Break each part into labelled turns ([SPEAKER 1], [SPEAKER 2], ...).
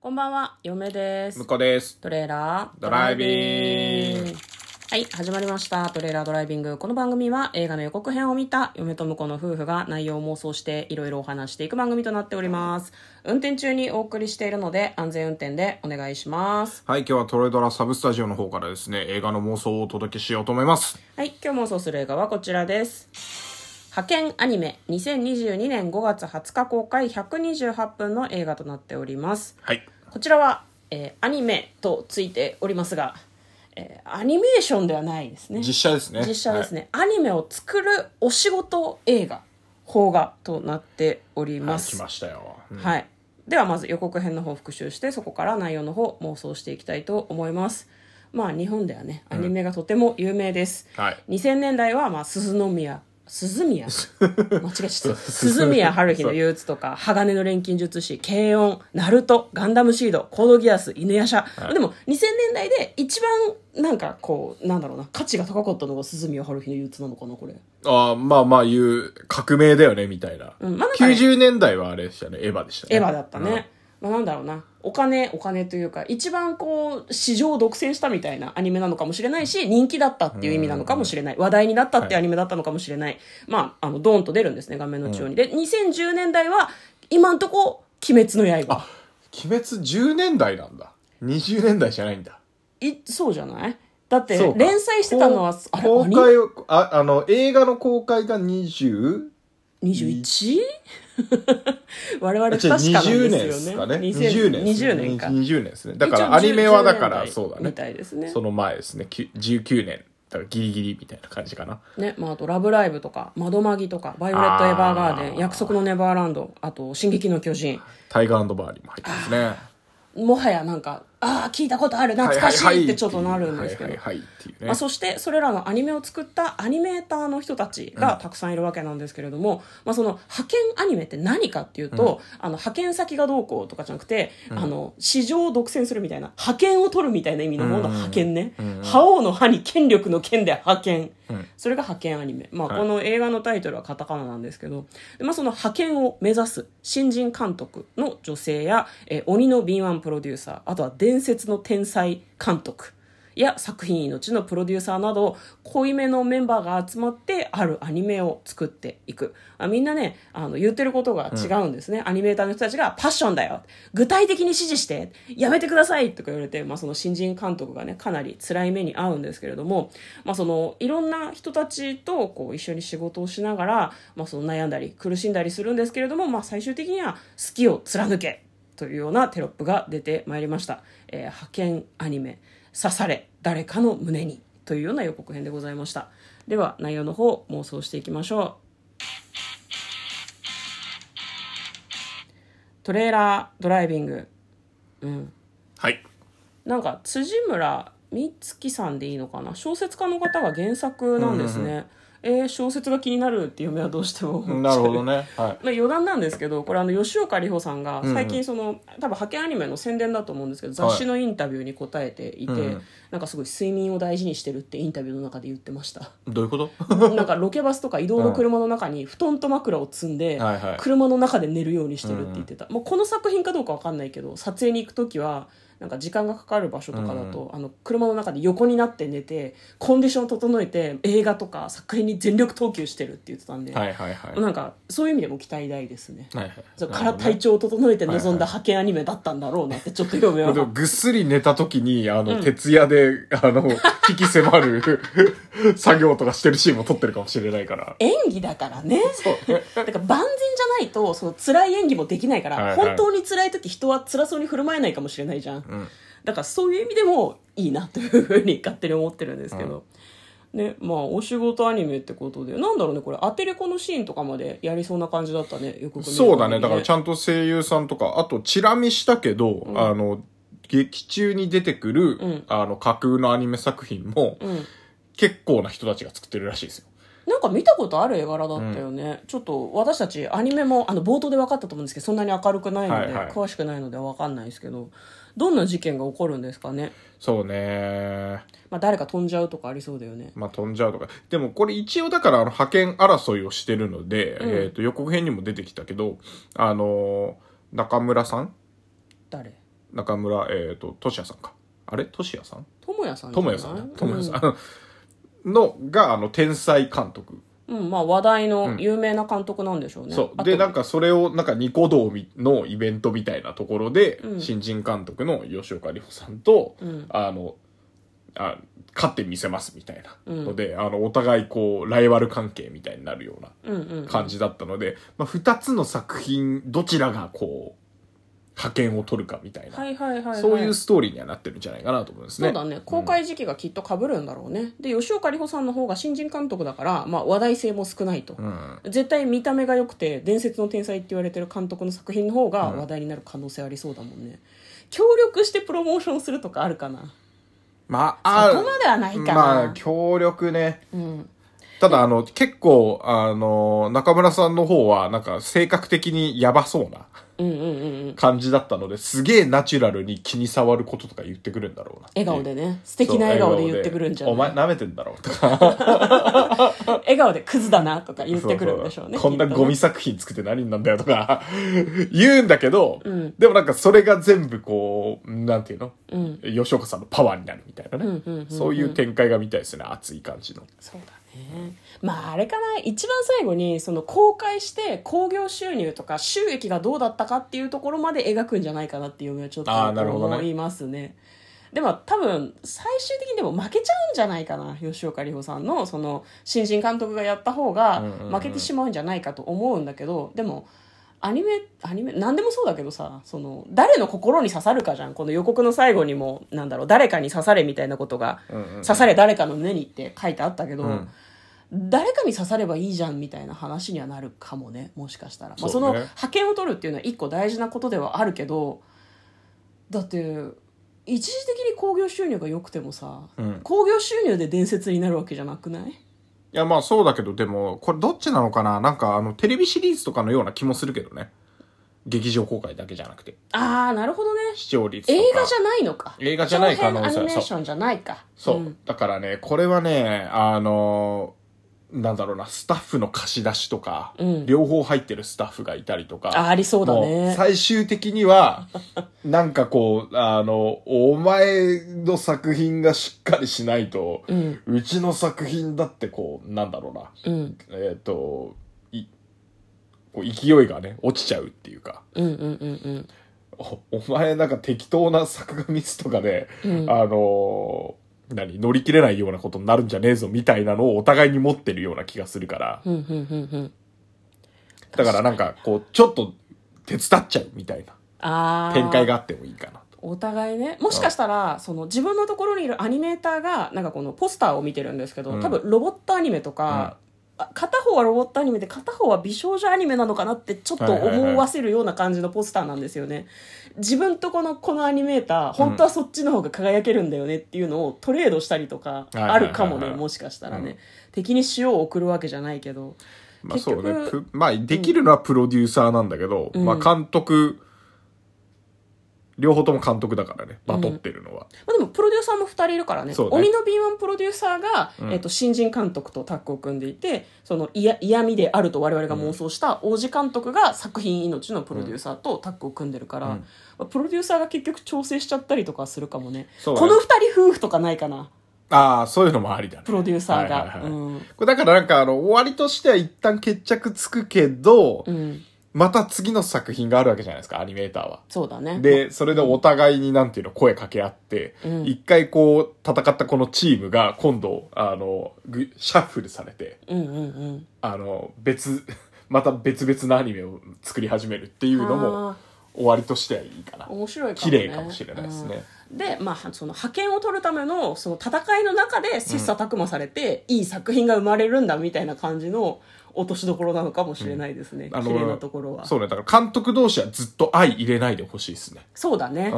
[SPEAKER 1] こんばんは、嫁です
[SPEAKER 2] 向。こうです。
[SPEAKER 1] トレーラード
[SPEAKER 2] ドライビング
[SPEAKER 1] はい、始まりました。トレーラードライビング。この番組は映画の予告編を見た嫁と婿の夫婦が内容を妄想していろいろお話していく番組となっております。運転中にお送りしているので安全運転でお願いします。
[SPEAKER 2] はい、今日はトレドラサブスタジオの方からですね、映画の妄想をお届けしようと思います。
[SPEAKER 1] はい、今日妄想する映画はこちらです。派遣アニメ2022年5月20日公開128分の映画となっております。
[SPEAKER 2] はい。
[SPEAKER 1] こちらは、えーアニメとついておりますが、えーアニメーションではないですね。
[SPEAKER 2] 実写ですね。
[SPEAKER 1] 実写ですね、アニメを作るお仕事映画、邦画となっており
[SPEAKER 2] はい。
[SPEAKER 1] ま
[SPEAKER 2] はい
[SPEAKER 1] す。
[SPEAKER 2] 来
[SPEAKER 1] はい
[SPEAKER 2] ましたよ。うん
[SPEAKER 1] ではまず予告編の方を復習して、そこから内容の方妄想していきたいと思います。まあ日本ではね、アニメがとても有名です。
[SPEAKER 2] はい。
[SPEAKER 1] 2000年代は、まあ、鈴宮、鈴 宮間違えちゃった。鈴宮春日の憂鬱とか、鋼の錬金術師、軽音、ナルト、ガンダムシード、コードギアス、犬夜叉。でも、2000年代で一番、なんか、こう、なんだろうな、価値が高かったのが鈴宮春日の憂鬱なのかな、これ。
[SPEAKER 2] ああ、まあまあ言う、革命だよね、みたいな。
[SPEAKER 1] んまあなんかね
[SPEAKER 2] 90年代はあれでしたね、エヴァでしたね。
[SPEAKER 1] エヴァだったね。まあ、なんだろうな。お金、お金というか、一番こう、市場を独占したみたいなアニメなのかもしれないし、人気だったっていう意味なのかもしれない。話題になったっていうアニメだったのかもしれない。まあ、あの、ドーンと出るんですね、画面の中央に。で、2010年代は、今んとこ、鬼滅の刃。
[SPEAKER 2] あ、鬼滅10年代なんだ。20年代じゃないんだ。
[SPEAKER 1] い、そうじゃないだって、
[SPEAKER 2] そうか
[SPEAKER 1] 連載してたのは
[SPEAKER 2] こ、
[SPEAKER 1] あれ、
[SPEAKER 2] 公
[SPEAKER 1] アニ
[SPEAKER 2] 開を、あ、あの、映画の公開が 20?
[SPEAKER 1] 21? 我々
[SPEAKER 2] あ
[SPEAKER 1] 確
[SPEAKER 2] 違
[SPEAKER 1] か
[SPEAKER 2] う
[SPEAKER 1] なんですよね。
[SPEAKER 2] 20年ですかね。20年で
[SPEAKER 1] 20
[SPEAKER 2] すね。
[SPEAKER 1] 年か。
[SPEAKER 2] 20年ですね。だからアニメはだから、
[SPEAKER 1] 一応10
[SPEAKER 2] そうだ
[SPEAKER 1] み
[SPEAKER 2] ね。
[SPEAKER 1] たいですね。
[SPEAKER 2] その前ですね。きゅ19年。だからギリギリみたいな感じかな。
[SPEAKER 1] ね、まあ、あと、ラブライブとか、窓マギとか、バイオレット・エヴァーガーデ
[SPEAKER 2] あ
[SPEAKER 1] ン、
[SPEAKER 2] ー
[SPEAKER 1] 約束のネバーランド、あと、進撃の巨人。
[SPEAKER 2] タイガーバーリーも入ってますね。
[SPEAKER 1] もはやなんか、ああ、聞いたことある、懐かし
[SPEAKER 2] はいはいはい
[SPEAKER 1] ってちょっとなるんですけ
[SPEAKER 2] は
[SPEAKER 1] ど
[SPEAKER 2] い。はいはいっていう
[SPEAKER 1] まあ、
[SPEAKER 2] ね。
[SPEAKER 1] そしてそれらのアニメを作ったアニメーターの人たちがたくさんいるわけなんですけれども、まあ、その派遣アニメって何かっていうと、あの派遣先がどうこうとかじゃなくて、あの市場を独占するみたいな派遣を取るみたいな意味のものの派遣ね、覇王の覇に権力の権で派遣、それが派遣アニメ、まあ、
[SPEAKER 2] はい
[SPEAKER 1] この映画のタイトルはカタカナなんですけど、でまあ、その派遣を目指す新人監督の女性や、えー鬼の敏腕プロデューサーあとは伝説の天才監督や作品命のプロデューサーなど濃いめのメンバーが集まってあるアニメを作っていくあみんなねあの言ってることが違うんですね、アニメーターの人たちがパッションだよ具体的に指示してやめてくださいとか言われて、まあ、その新人監督がねかなり辛い目に遭うんですけれども、まあ、そのいろんな人たちとこう一緒に仕事をしながら、まあ、その悩んだり苦しんだりするんですけれども、まあ、最終的には好きを貫けというようなテロップが出てまいりました、えー派遣アニメ「刺され誰かの胸に」というような予告編でございましたでは内容の方妄想していきましょうトレーラードライビング
[SPEAKER 2] はい。
[SPEAKER 1] なんか辻村美月さんでいいのかな小説家の方が原作なんですね、えー小説が気になるって嫁はどうしても思っちゃう
[SPEAKER 2] なるほどね。はい。
[SPEAKER 1] まあ、余談なんですけどこれあの吉岡里帆さんが最近その、多分派遣アニメの宣伝だと思うんですけど雑誌のインタビューに答えていて、
[SPEAKER 2] うん
[SPEAKER 1] なんかすごい睡眠を大事にしてるってインタビューの中で言ってま した。
[SPEAKER 2] どういうこと
[SPEAKER 1] なんかロケバスとか移動の車の中に布団と枕を積んで、
[SPEAKER 2] はいはい
[SPEAKER 1] 車の中で寝るようにしてるって言ってた、もうこの作品かどうかわかんないけど撮影に行く時はなんか時間がかかる場所とかだと、あの車の中で横になって寝てコンディションを整えて映画とか作品に全力投球してるって言ってたんで、
[SPEAKER 2] はいはいはい。
[SPEAKER 1] なんかそういう意味でも期待大ですね。
[SPEAKER 2] はいはい
[SPEAKER 1] そうか
[SPEAKER 2] な
[SPEAKER 1] ら
[SPEAKER 2] るほどね
[SPEAKER 1] 体調を整えて臨んだ派遣アニメだったんだろうなってちょっと読め
[SPEAKER 2] でも
[SPEAKER 1] よ
[SPEAKER 2] ぐっすり寝た時に、あの、徹夜で、あの、危機迫る 作業とかしてるシーンも撮ってるかもしれないから。
[SPEAKER 1] 演技だからね。
[SPEAKER 2] そうね。
[SPEAKER 1] だから万全じゃないとその辛い演技もできないから、
[SPEAKER 2] はいはい
[SPEAKER 1] 本当に辛い時人は辛そうに振る舞えないかもしれないじゃん、だからそういう意味でもいいなというふうに勝手に思ってるんですけど、ねまあお仕事アニメってことでなんだろうねこれアテレコのシーンとかまでやりそうな感じだったねよく
[SPEAKER 2] そうだね。だからち
[SPEAKER 1] ゃん
[SPEAKER 2] ゃんと声優さんとか、あと、チラ見したけど、あの、劇中に出てくる、あの、架空のアニメ作品も、結構な人たちが作ってるらしいですよ。
[SPEAKER 1] なんか見たことある絵柄だったよね、ちょっと私たちアニメもあの冒頭で分かったと思うんですけどそんなに明るくないので、
[SPEAKER 2] はいはい
[SPEAKER 1] 詳しくないので分かんないですけどどんな事件が起こるんですかね、
[SPEAKER 2] そうね。
[SPEAKER 1] まあ、誰か飛んじゃうとかありそうだよね
[SPEAKER 2] まあ、飛んじゃうとか。でも、これ一応だから、あの、派遣争いをしてるので、えっ、と、予告編にも出てきたけど、あのー中村さん
[SPEAKER 1] 誰
[SPEAKER 2] 中村、えっ、と、としやさんか。あれとしやさん
[SPEAKER 1] 智也さんじ
[SPEAKER 2] と
[SPEAKER 1] ゃな
[SPEAKER 2] も
[SPEAKER 1] い
[SPEAKER 2] やさんね。ともやさん。の、が、あの、天才監督。
[SPEAKER 1] うん、うんまあ話題の有名な監督なんでしょうね、
[SPEAKER 2] そう。
[SPEAKER 1] あ
[SPEAKER 2] で、
[SPEAKER 1] と
[SPEAKER 2] なんかそれを、なんかニコ動のイベントみたいなところで、新人監督の吉岡里帆さんと、あの、あ勝ってみせますみたいなので、あの、お互いこう、ライバル関係みたいになるような感じだったので、まあ、二つの作品、どちらがこう、派遣を取るかみたいな、
[SPEAKER 1] はいはいはい、はい、
[SPEAKER 2] そういうストーリーにはなってるんじゃないかなと思うんですね。
[SPEAKER 1] そうだね公開時期がきっとかぶるんだろうね、で吉岡里帆さんの方が新人監督だから、まあ、話題性も少ないと、絶対見た目が良くて伝説の天才って言われてる監督の作品の方が話題になる可能性ありそうだもんね、協力してプロモーションするとかあるかな
[SPEAKER 2] まあ、
[SPEAKER 1] そこまではないかな
[SPEAKER 2] まあ、協力ね。
[SPEAKER 1] ん
[SPEAKER 2] ただ、あの、結構、あの、中村さんの方は、なんか、性格的にやばそうな
[SPEAKER 1] うんうんうんうん
[SPEAKER 2] 感じだったので、すげえナチュラルに気に触ることとか言ってくるんだろうな。
[SPEAKER 1] 笑顔でね素
[SPEAKER 2] そう。
[SPEAKER 1] 敵な笑顔で言
[SPEAKER 2] 笑
[SPEAKER 1] ってくるんじゃない
[SPEAKER 2] お前、舐めてんだろうとか。
[SPEAKER 1] 笑顔でクズだなとか言ってくるんでしょうね
[SPEAKER 2] そうそうこんな
[SPEAKER 1] きっと
[SPEAKER 2] ゴ
[SPEAKER 1] ね
[SPEAKER 2] ミ作品作って何になんだよ とか言うんだけど、でもなんかそれが全部こう、なんていうの、吉岡さんのパワーになるみたいなね。そういう展開が見たいですね。熱い感じの。
[SPEAKER 1] そうだねまああれかな一番最後にその公開して興行収入とか収益がどうだったかっていうところまで描くんじゃないかなっていうのはちょっと
[SPEAKER 2] あーなるほどね
[SPEAKER 1] 思いますねでも多分最終的にでも負けちゃうんじゃないかな吉岡里帆さんのその新人監督がやった方が
[SPEAKER 2] うんうんうん
[SPEAKER 1] 負けてしまうんじゃないかと思うんだけど、でもアニメアニメ何でもそうだけどさその誰の心に刺さるかじゃんこの予告の最後にもなんだろう誰かに刺されみたいなことが
[SPEAKER 2] うんうんうん
[SPEAKER 1] 刺され誰かの胸にって書いてあったけど、
[SPEAKER 2] ん
[SPEAKER 1] 誰かに刺さればいいじゃんみたいな話にはなるかもねもしかしたら、まあ、
[SPEAKER 2] そ
[SPEAKER 1] そう
[SPEAKER 2] ね
[SPEAKER 1] の派遣を取るっていうのは一個大事なことではあるけどだって一時的に興行収入が良くてもさ
[SPEAKER 2] うん
[SPEAKER 1] 興行、収入で伝説になるわけじゃなくない
[SPEAKER 2] いやまあそうだけど、でも、これどっちなのかななんかあの、テレビシリーズとかのような気もするけどね。劇場公開だけじゃなくて。
[SPEAKER 1] ああなるほどね
[SPEAKER 2] 視聴率とか。
[SPEAKER 1] 映画じゃないのか
[SPEAKER 2] 映画じゃない可能性
[SPEAKER 1] 長編アニメーションじゃないか
[SPEAKER 2] そう、
[SPEAKER 1] ん
[SPEAKER 2] だからね、これはね、あのーなんだろうな、スタッフの貸し出しとか、
[SPEAKER 1] うん
[SPEAKER 2] 両方入ってるスタッフがいたりとか。
[SPEAKER 1] あありそうだ
[SPEAKER 2] も
[SPEAKER 1] ね
[SPEAKER 2] う最終的には、 なんかこう、あの、お前の作品がしっかりしないと、う
[SPEAKER 1] うん
[SPEAKER 2] ちの作品だってこう、なんだろうな、
[SPEAKER 1] うん
[SPEAKER 2] えっ、と、い、こう勢いがね、落ちちゃうっていうか、
[SPEAKER 1] うんうんうんうん
[SPEAKER 2] おお前なんか適当な作画ミスとかで、あのー何乗り切れないようなことになるんじゃねえぞみたいなのをお互いに持ってるような気がするから、
[SPEAKER 1] うんうんうんうん
[SPEAKER 2] だからなんかこうちょっと手伝っちゃうみたいな
[SPEAKER 1] ああ
[SPEAKER 2] 展開があってもいいかなと。
[SPEAKER 1] お互いねもしかしたらその自分のところにいるアニメーターがなんかこのポスターを見てるんですけど、
[SPEAKER 2] うん
[SPEAKER 1] 多分ロボットアニメとか、あ片方はロボットアニメで片方は美少女アニメなのかなってちょっと
[SPEAKER 2] はいはいはい
[SPEAKER 1] 思わせるような感じのポスターなんですよね、自分とこのこのアニメーター本当はそっちの方が輝けるんだよねっていうのをトレードしたりとか
[SPEAKER 2] いはいはい
[SPEAKER 1] あるかもね、
[SPEAKER 2] はい
[SPEAKER 1] もしかしたらね、
[SPEAKER 2] うん
[SPEAKER 1] 敵に塩を送るわけじゃないけど
[SPEAKER 2] まあそうね
[SPEAKER 1] 結。局
[SPEAKER 2] プまあできるのはプロデューサーなんだけど、
[SPEAKER 1] うん
[SPEAKER 2] まあ監督、両方とも監督だからね、バトってるのは。
[SPEAKER 1] まあ、でもプロデューサーも2人いるからね
[SPEAKER 2] そうね
[SPEAKER 1] 鬼の敏腕プロデューサーが、えっと新人監督とタッグを組んでいてその嫌嫌味であると我々が妄想した王子監督が作品命のプロデューサーとタッグを組んでるから、まあプロデューサーが結局調整しちゃったりとかするかもね
[SPEAKER 2] そう
[SPEAKER 1] こ
[SPEAKER 2] だ
[SPEAKER 1] の
[SPEAKER 2] ね
[SPEAKER 1] 2人夫婦とかないかな
[SPEAKER 2] ああ、そういうのもありだね。
[SPEAKER 1] プロデューサーが、
[SPEAKER 2] はいはいはい
[SPEAKER 1] うん
[SPEAKER 2] これだからなんかあの、終わりとしては一旦決着つくけど、
[SPEAKER 1] うん、
[SPEAKER 2] また次の作品があるわけじゃないですか、アニメーターは。
[SPEAKER 1] そうだね
[SPEAKER 2] で、それでお互いになんていうの、声かけ合って、
[SPEAKER 1] うん
[SPEAKER 2] 一回こう、戦ったこのチームが、今度、あの、ぐシャッフルされて、
[SPEAKER 1] うんうんうん
[SPEAKER 2] あの、別、 また別々のアニメを作り始めるっていうのも
[SPEAKER 1] あ、
[SPEAKER 2] 終わりとしてはいいかな。
[SPEAKER 1] 面白いかも、
[SPEAKER 2] 綺
[SPEAKER 1] ね、
[SPEAKER 2] 麗かもしれないです
[SPEAKER 1] うん
[SPEAKER 2] ね。
[SPEAKER 1] で、まあ、その派遣を取るためのその戦いの中で切磋琢磨されて、いい作品が生まれるんだみたいな感じの落としどころなのかもしれないですね、
[SPEAKER 2] あの
[SPEAKER 1] 綺麗なところはそ
[SPEAKER 2] そううね。だから監督同士はずっと愛入れないでほしいですね。
[SPEAKER 1] だね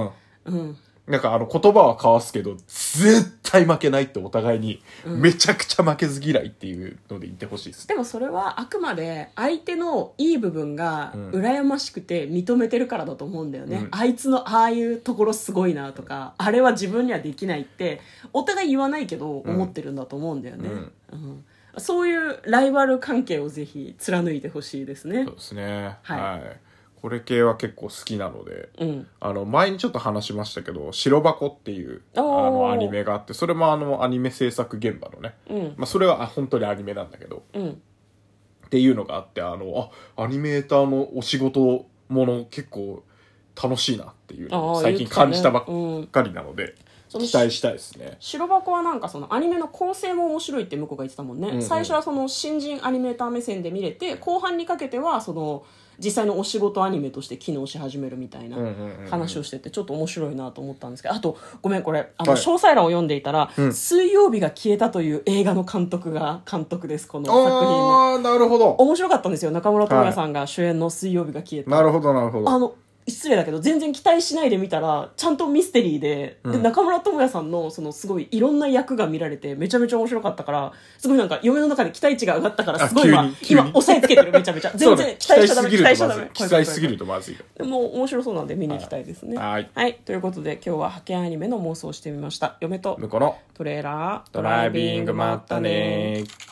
[SPEAKER 2] うん。
[SPEAKER 1] うん、
[SPEAKER 2] なんかあの言葉は交わすけど、絶対負けないってお互いに、めちゃくちゃ負けず嫌いっていうので言ってほしいです
[SPEAKER 1] で
[SPEAKER 2] ね。
[SPEAKER 1] もそれはあくまで相手のいい部分が羨ましくて認めてるからだと思うんだよね、
[SPEAKER 2] うん
[SPEAKER 1] あいつのああいうところすごいなとか、あれは自分にはできないってお互い言わないけど思ってるんだと思うんだよね、
[SPEAKER 2] うん
[SPEAKER 1] うんそういうライバル関係をぜひ貫いてほしいですね
[SPEAKER 2] そうですね。
[SPEAKER 1] はい
[SPEAKER 2] はいこれ系は結構好きなので、
[SPEAKER 1] うん。
[SPEAKER 2] あの、前にちょっと話しましたけど、白箱っていう、あ
[SPEAKER 1] おー
[SPEAKER 2] の、アニメがあって、それもあの、アニメ制作現場のね、
[SPEAKER 1] うん。
[SPEAKER 2] まあ、それはあ本当にアニメなんだけど、
[SPEAKER 1] うん。
[SPEAKER 2] っていうのがあって、あの、あ、アニメーターのお仕事もの結構楽しいなっていうの
[SPEAKER 1] あ
[SPEAKER 2] を
[SPEAKER 1] ー
[SPEAKER 2] 最近感じたばっ
[SPEAKER 1] うん
[SPEAKER 2] かりなので、
[SPEAKER 1] その
[SPEAKER 2] 期待したいですね。
[SPEAKER 1] 白箱はなんかそのアニメの構成も面白いって向こうが言ってたもんね、
[SPEAKER 2] んうん
[SPEAKER 1] 最初はその新人アニメーター目線で見れて後半にかけてはその実際のお仕事アニメとして機能し始めるみたいな
[SPEAKER 2] うんうんうんうん
[SPEAKER 1] 話をしててちょっと面白いなと思ったんですけどあとごめんこれあの
[SPEAKER 2] はい
[SPEAKER 1] 詳細欄を読んでいたら「
[SPEAKER 2] ん
[SPEAKER 1] 水曜日が消えた」という映画の監督が監督ですこの作品の
[SPEAKER 2] ああ、なるほど。
[SPEAKER 1] 面白かったんですよ中村倫也さんが主演の「水曜日が消えた」
[SPEAKER 2] なるほど、なるほ
[SPEAKER 1] あ
[SPEAKER 2] ど。
[SPEAKER 1] の失礼だけど全然期待しないで見たらちゃんとミステリーで,、で中村倫也さんのそのすごいいろんな役が見られてめちゃめちゃ面白かったからすごいなんか嫁の中で期待値が上がったから
[SPEAKER 2] あ
[SPEAKER 1] すごい今
[SPEAKER 2] 急に急に
[SPEAKER 1] 今押さえつけてるめちゃめちゃ全
[SPEAKER 2] そう
[SPEAKER 1] 然
[SPEAKER 2] ね
[SPEAKER 1] 期待しちゃダメ
[SPEAKER 2] 期
[SPEAKER 1] 期
[SPEAKER 2] 待
[SPEAKER 1] 待し
[SPEAKER 2] し
[SPEAKER 1] ちゃ
[SPEAKER 2] す
[SPEAKER 1] ダメ
[SPEAKER 2] ぎるとまずい。期待しすぎ
[SPEAKER 1] る
[SPEAKER 2] るとまずいよ。
[SPEAKER 1] もう面白そうなんで見に行きたいですね
[SPEAKER 2] はい
[SPEAKER 1] ということで今日は派遣アニメの妄想をしてみました嫁と
[SPEAKER 2] 向こうの
[SPEAKER 1] トレーラード
[SPEAKER 2] ドライビング、まったねー。